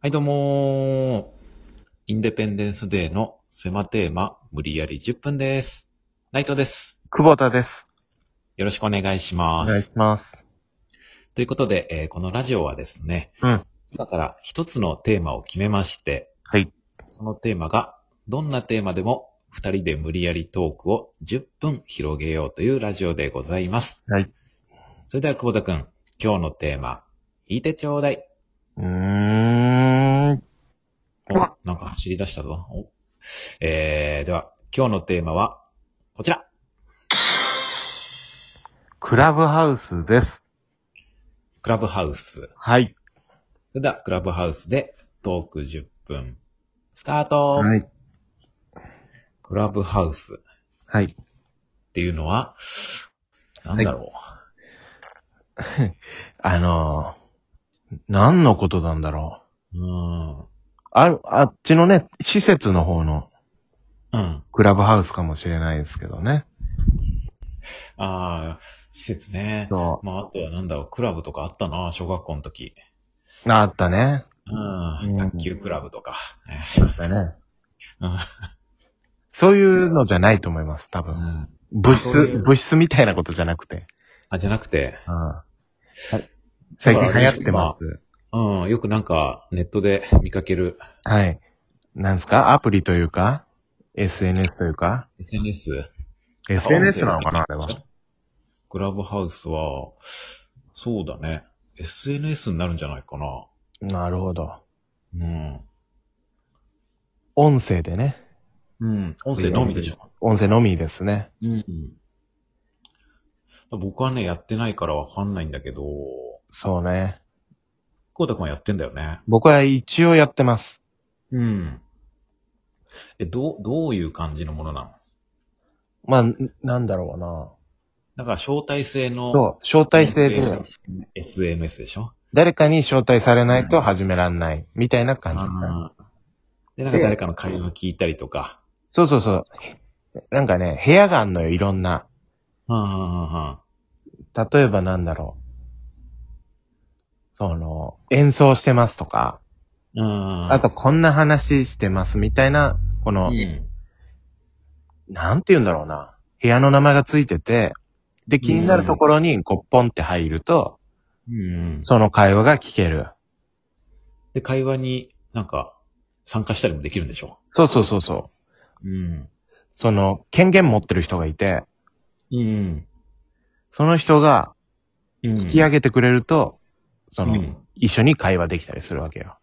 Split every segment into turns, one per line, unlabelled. はい、どうもーインデペンデンスデーの狭テーマ、無理やり10分です。内藤です。
久保田です。
よろしくお願いしま
お
す。
願いします。
ということで、えーこのラジオはですね、
うん
今から一つのテーマを決めまして、
はい。
そのテーマが、どんなテーマでも二人で無理やりトークを10分広げようというラジオでございます。
はい。
それでは、久保田くん、今日のテーマ、引いてちょうだい。
うーん。
お、なんか走り出したぞ。おえー、では、今日のテーマは、こちら。
クラブハウスです。
クラブハウス。
はい。
それでは、クラブハウスでトーク10分、スタート、
い。
クラブハウスっ
はい。
ていうのは、なんだろ
あのー、何のことなんだろ
う。う
う。ある、あっちのね、施設の方の
ーん。うん。
クラブハウスかもしれないですけどね。
あー、施設ね。
そ
まあ、あとはなんだろう、クラブとかあったな、小学校の時。
う。あったね。
う。
うんん
卓球クラブとか。
あったね。
うん
そういうのじゃないと思います、多
う
分。
ん。
物
そうい
質
う、
物質みたいなことじゃなくて。
あ、じゃなくて、
うん。 最近流行ってます。
うん、よくなんか、ネットで見かける
はい。なんですかアプリというか ?SNS というか
SNS。
?SNS なのかなあれは。
クラブハウスは、そうだね。SNS になるんじゃないかな。
なるほど。
うん。
音声でね。
うん。音声のみでしょ。
音声のみですね。
うん。僕はね、やってないからわかんないんだけど、
そうね。
こうたくんはやってんだよね。
僕は一応やってます。
うん。え、どう、どういう感じのものなの
まあ、んなんだろうな。
だから招待制の。
そう、招待制で、。
SMS でしょ
誰かに招待されないと始めらんない。みたいな感じ。
あーで、なんか誰かの会話聞いたりとか。
そうそうそう。なんかね、部屋があんのよ、いろんな。
はんはんはんはん。
例えばなんだろう。その、演奏してますとか、
うん。
あとこんな話してますみたいな、この、
うん。
なんて言うんだろうな。部屋の名前がついてて、で、気になるところに、こう、ポンって入ると、
うん。
その会話が聞ける。
で、会話になんか参加したりもできるんでしょ
そうそうそうそう。
うん。
その、権限持ってる人がいて、
うん。
その人が
引
引き上げてくれると、その、
うん
一緒に会話できたりするわけよ。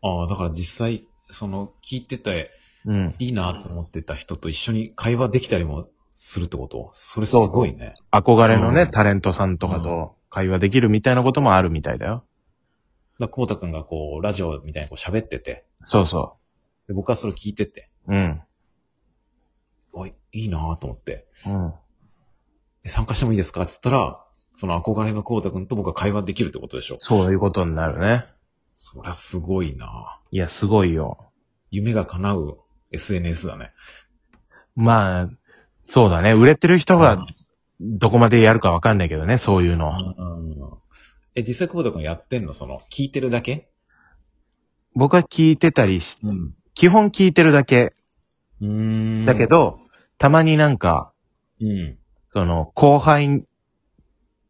ああ、だから実際、その、聞いてて、
うん。
いいなと思ってた人と一緒に会話できたりもするってことそれすごいね。
憧れのね、
うん
タレントさんとかと会話できるみたいなこともあるみたいだよ。
だから、こうたくんがこう、ラジオみたいにこう喋ってて、
そうそ
で僕はそれ聞いてて、
う。うん。
おい、いいなと思って、
うん。
え参加してもいいですかって言ったら、その憧れのこうたくんと僕は会話できるってことでしょ
そういうことになるね。
そりゃすごいない
や、すごいよ。
夢が叶う SNS だね。
まあ、そうだね。売れてる人
うん
がどこまでやるかわかんないけどね、そういうの。
うんえ、実際、久保田君やってんのその、聞いてるだけ
僕は聞いてたりし、
うん。
基本聞いてるだけ。
うん。
だけ、ど、たまになんか、
うん。
その、後輩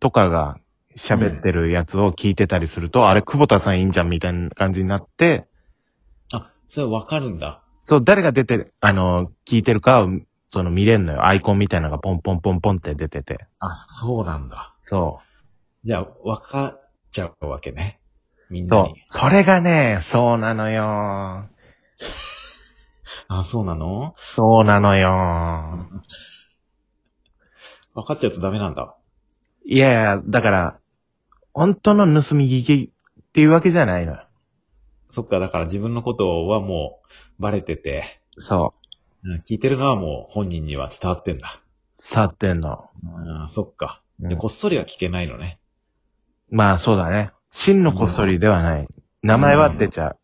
とかが喋ってるやつを聞いてたりすると、あれ、久保田さんいいんじゃんみたいな感じになって、
あ、それわかるんだ。
そう、誰が出てる、あの、聞いてるかを、その見れんのよ。アイコンみたいなのがポンポンポンポンって出てて。
あ、そうなんだ。
そ
じゃあ、わかっちゃうわけね。みん
う。
な
そう
に。。
それがね、そうなのよ。
あ、そうなの
そうなのよ。
わかっちゃうとダメなんだ。
いやいや、だから、本当の盗み聞きっていうわけじゃないのよ。
そっか、だから自分のことはもう、バレてて、
そ
うん聞いてるのはもう本人には伝わってんだ。
う。去ってんの。
うん、そっか。
う
で、
ん
こっそりは聞けないのね。
まあそうだね。真のこっそりではない。名前は出ちゃう。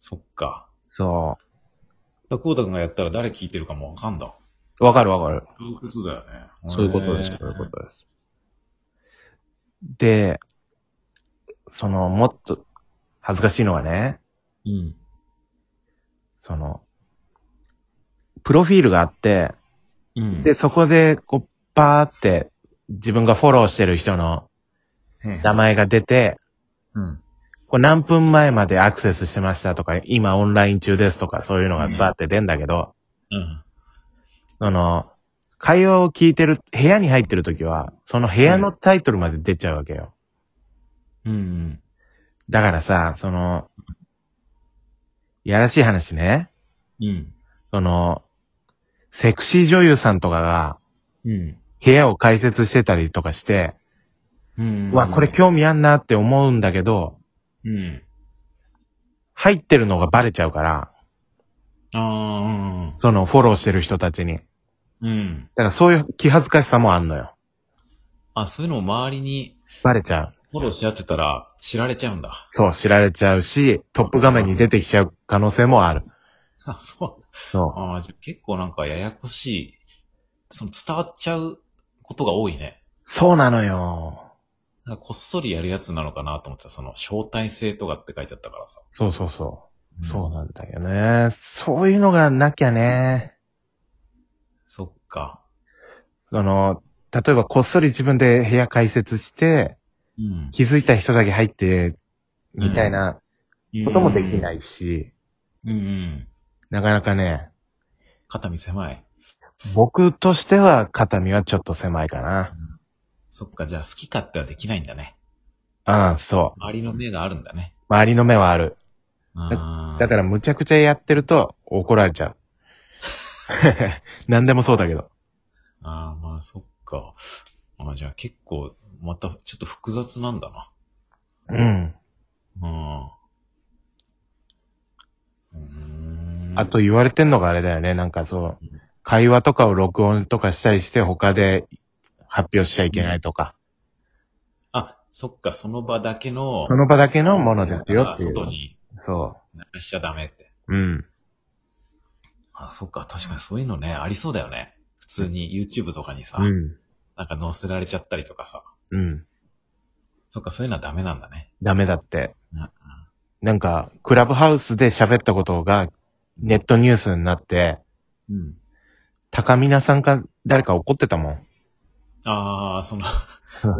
そっか。
そ
だから久保田君がやったら誰聞いてるかもわかんだ。
う。わかるわかる。
そういうことだよね。
そういうことです。
へ
そ
ー
ういうことです。で、その、もっと、恥ずかしいのはね、
うん。
その、プロフィールがあって、
うん。
で、そこで、こう、バーって、自分がフォローしてる人の名
名。
前が出て、
うん。
こう何分前までアクセスしてましたとか、今オンライン中ですとか、そういうのがバーって出んだけど、
うん。
その、会話を聞いてる、部屋に入ってる時は、その部屋のタイトルまで出ちゃうわけよ。
うん。
だからさ、その、やらしい話ね。
うん。
その、セクシー女優さんとかが
うん。
部屋を開設してたりとかして、
うん。
うわ、これ興味あんなって思うんだけど、
日。うん。
入ってるのがバレちゃうから、
ああ、
そのフォローしてる人たちに。だ
うん。
からそういう気恥ずかしさもあんのよ。
あ、そういうのを周りに
バレちゃう。
フォローし合ってたら知られちゃうんだ。
そう、知られちゃうし、トップ画面に出てきちゃう可能性もある。
あ、そう。
そう。
ああ、じゃあ結構なんかややこしい。その伝わっちゃうことが多いね。
そうなのよ。
なんかこっそりやるやつなのかなと思ってた。その招待制とかって書いてあったからさ。
そうそうそう。そう
だ。
なんだよね。そういうのがなきゃね。
そっか。
その、例えばこっそり自分で部屋開設して、
うん。。
気づいた人だけ入って、みたいなこともできないいし、
うんうん。
なかなかね、
肩身狭い。
僕としては肩身はちょっと狭いかな。
そっか、じゃあ好き勝手はできないんだね。
うん、そう。
周りの目があるんだね。
周りの目はある。
あー
だからむちゃくちゃやってると怒られちゃう。 何でもそうだけど。
ああ、まあそっか。ああ、じゃあ結構、またちょっと複雑なんだな。
うん。
うん。うーん。
あと、言われてんのがあれだよね。なんかそう、会話とかを録音とかしたりして他で発表しちゃいけないとか。
あ、そっか、その場だけの、
その場だけのものですよってい
外
う。
に
そ
流しちゃダメって。
う。うん。
あ、そっか、確かにそういうのね、ありそうだよね。普通に YouTube とかにさ、
うん。
なんか載せられちゃったりとかさ。
うん。
そっか、そういうのはダメなんだね。
ダメだって。
うん
なんか、クラブハウスで喋ったことがネットニュースになって、
うん。
高見なさんか誰か怒ってたもん。
ああ、その、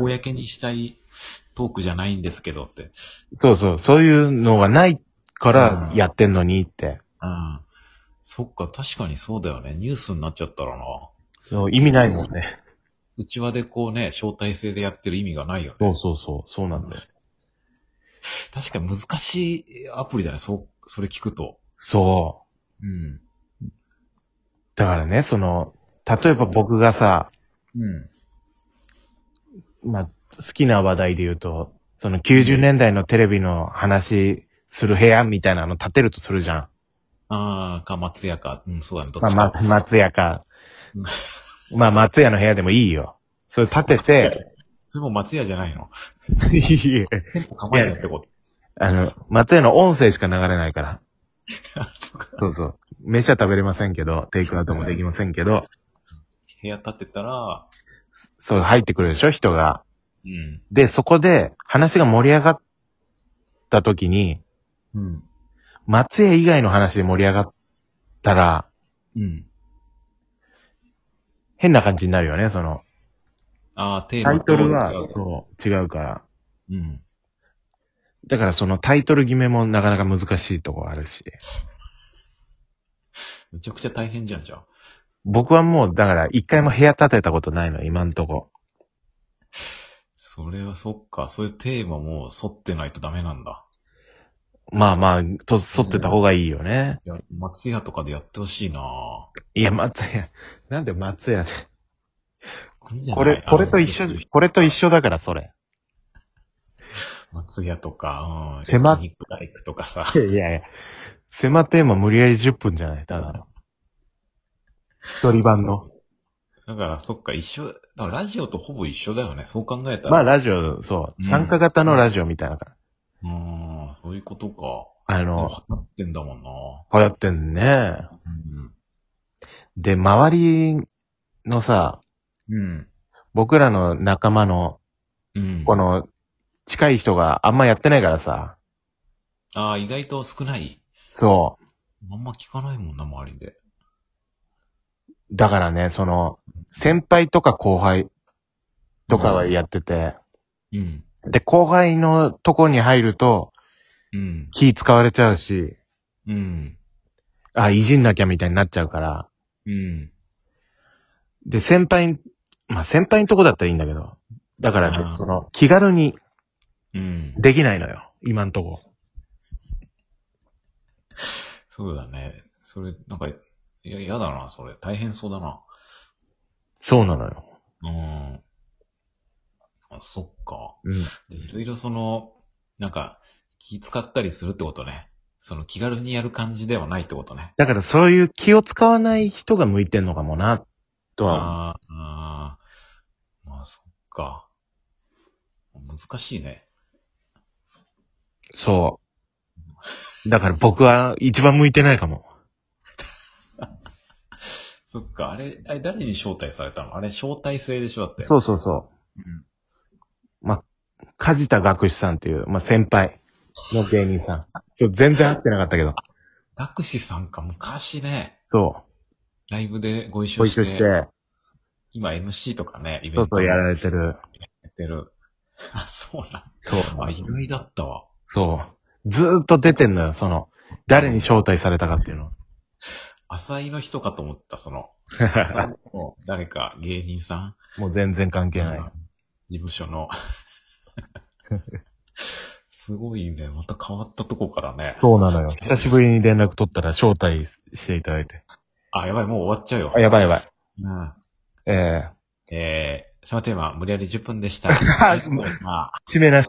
公にしたいトークじゃないんですけどって。
そうそう、そういうのがないから
うん
やってんのにって。
うん。そっか、確かにそうだよね。ニュースになっちゃったらな。
そう意味ないもんね。
うちわでこうね、招待制でやってる意味がないよ
そ
ね
う。そうそう、そうなんだよ。
確かに難しいアプリだね。そう、それ聞くと。
そ
うん。
う。だからね、その、例えば僕がさ、
うん。
まあ、好きな話題で言うと、その90年代のテレビの話する部屋みたいなの立てるとするじゃん。
ああ、か、松屋か。うん、そうだね。どっ
ま
ち
あ、
か。
ま松屋か。まあ、松屋の部屋でもいいよ。それ立てて、
それも松屋じゃないの。
いいえ
店舗構えるってこと。
あの、松屋の音声しか流れないから。
あそうか
そうそう。飯は食べれませんけど、テイクアウトもできませんけど、
部屋建てたら、
そう入ってくるでしょ、人が。
うん。
で、そこで話が盛り上がった時に、
うん。
松屋以外の話で盛り上がったら、
うん。
変な感じになるよね、その。
ああ、テー
タ
マ
イ
と
トルは
違う、か
そう、違うから。
うん。
だからそのタイトル決めもなかなか難しいとこあるし。
めちゃくちゃ大変じゃん、じゃあ。
僕はもう、だから一回も部屋建てたことないの、今んとこ。
それはそっか。そういうテーマも沿ってないとダメなんだ。
まあまあ、と、沿ってた方がいいよね。
いや、松屋とかでやってほしいなぁ。
いや、松屋、なんで松屋で。
いいんじゃない
これ、これと一緒、これと一緒だから、それ。
松屋とか、うん。
狭っ
焼肉大工とかさ。
いやいや、狭テーマ無理やり10分じゃない、ただの。一人版の。
だから、そっか、一緒、だからラジオとほぼ一緒だよね。そう考えたら。
まあ、ラジオ、そう。
うん
参加型のラジオみたいな感じ。
うーん、そういうことか。
あ
でも
の、
流行ってんだもんな。
流行ってんね。
うん。
で、周りのさ、
うん。
僕らの仲間の、
うん。
この、近い人があんまやってないからさ、
ああ、意外と少ない。
そ
あんま聞かないもんな、周りで。
う。だからね、その、先輩とか後輩とかはやってて、
うん。
で、後輩のとこに入ると
うん。
気使われちゃうし、
うん。
あ、いじんなきゃみたいになっちゃうから、
うん。
で、先輩ん、まあ、先輩のとこだったらいいんだけど、だからね、
うん
その、気軽に
うん。
できないのよ、今んとこ。
そうだね。それ、なんか、いや、嫌だな、それ。大変そうだな。
そうなのよ。
うん。あ、そっか。
うん。
で、いろいろその、なんか、気使ったりするってことね。その気軽にやる感じではないってことね。
だからそういう気を使わない人が向いてんのかもな、とは。
あーあー、まあそっか。難しいね。
そう。だから僕は一番向いてないかも。
そっか、あれ、あれ誰に招待されたのあれ招待制でしょだって。う。
そうそうそう。まあ、梶田学士さんっていう、まあ、先輩の芸人さん。ちょ全然会ってなかったけど。
タクシさんか、昔ね、
そ
ライブでご
う。
一
ご
緒
一緒
し
し
て、
て、
今 MC とかね、イベン
そう
ト
そうやられてる。
やってる。あ、そうなん
そう。
あ、意外だったわ。
そう。ずーっと出てんのよ、その、誰に招待されたかっていうの。
浅井の人かと思った、そ の、浅井の誰か芸人さん
もう全然関係ない。
事務所の。 すごいね、また変わったとこからね。
そうなのよ。久しぶりに連絡取ったら招待していただいて。
あ、やばい、もう終わっちゃうよ
あ、。やばいやばい。
うん、
ええ
えー、そのテーマ、無理やり10分でした。
あ
ありがとうございました
ー、締めなし。